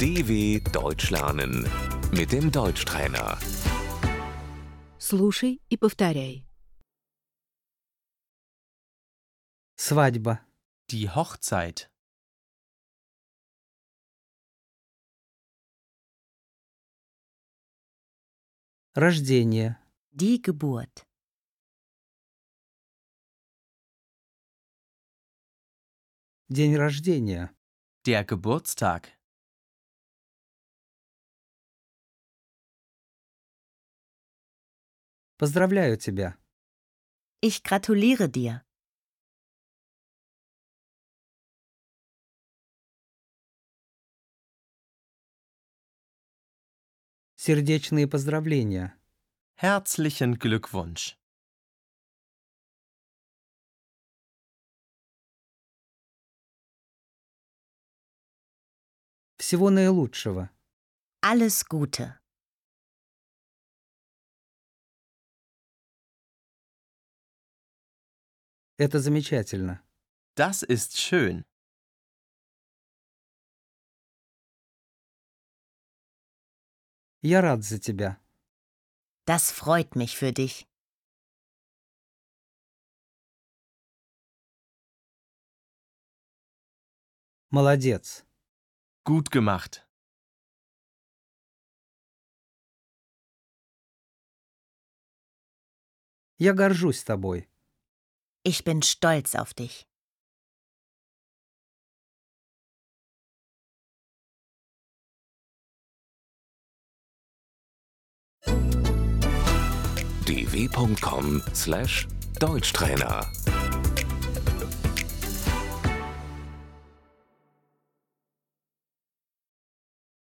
DW Deutsch lernen mit dem Deutschtrainer. Слушай и повторяй. Свадьба. Die Hochzeit. Рождение. Die Geburt. День рождения. Der Geburtstag. Поздравляю тебя. Ich gratuliere dir. Сердечные поздравления. Herzlichen Glückwunsch. Всего наилучшего. Alles Gute. Это замечательно. Das ist schön. Я рад за тебя. Das freut mich für dich. Молодец. Gut gemacht. Я горжусь тобой. Ich bin stolz auf dich. dw.com/deutschtrainer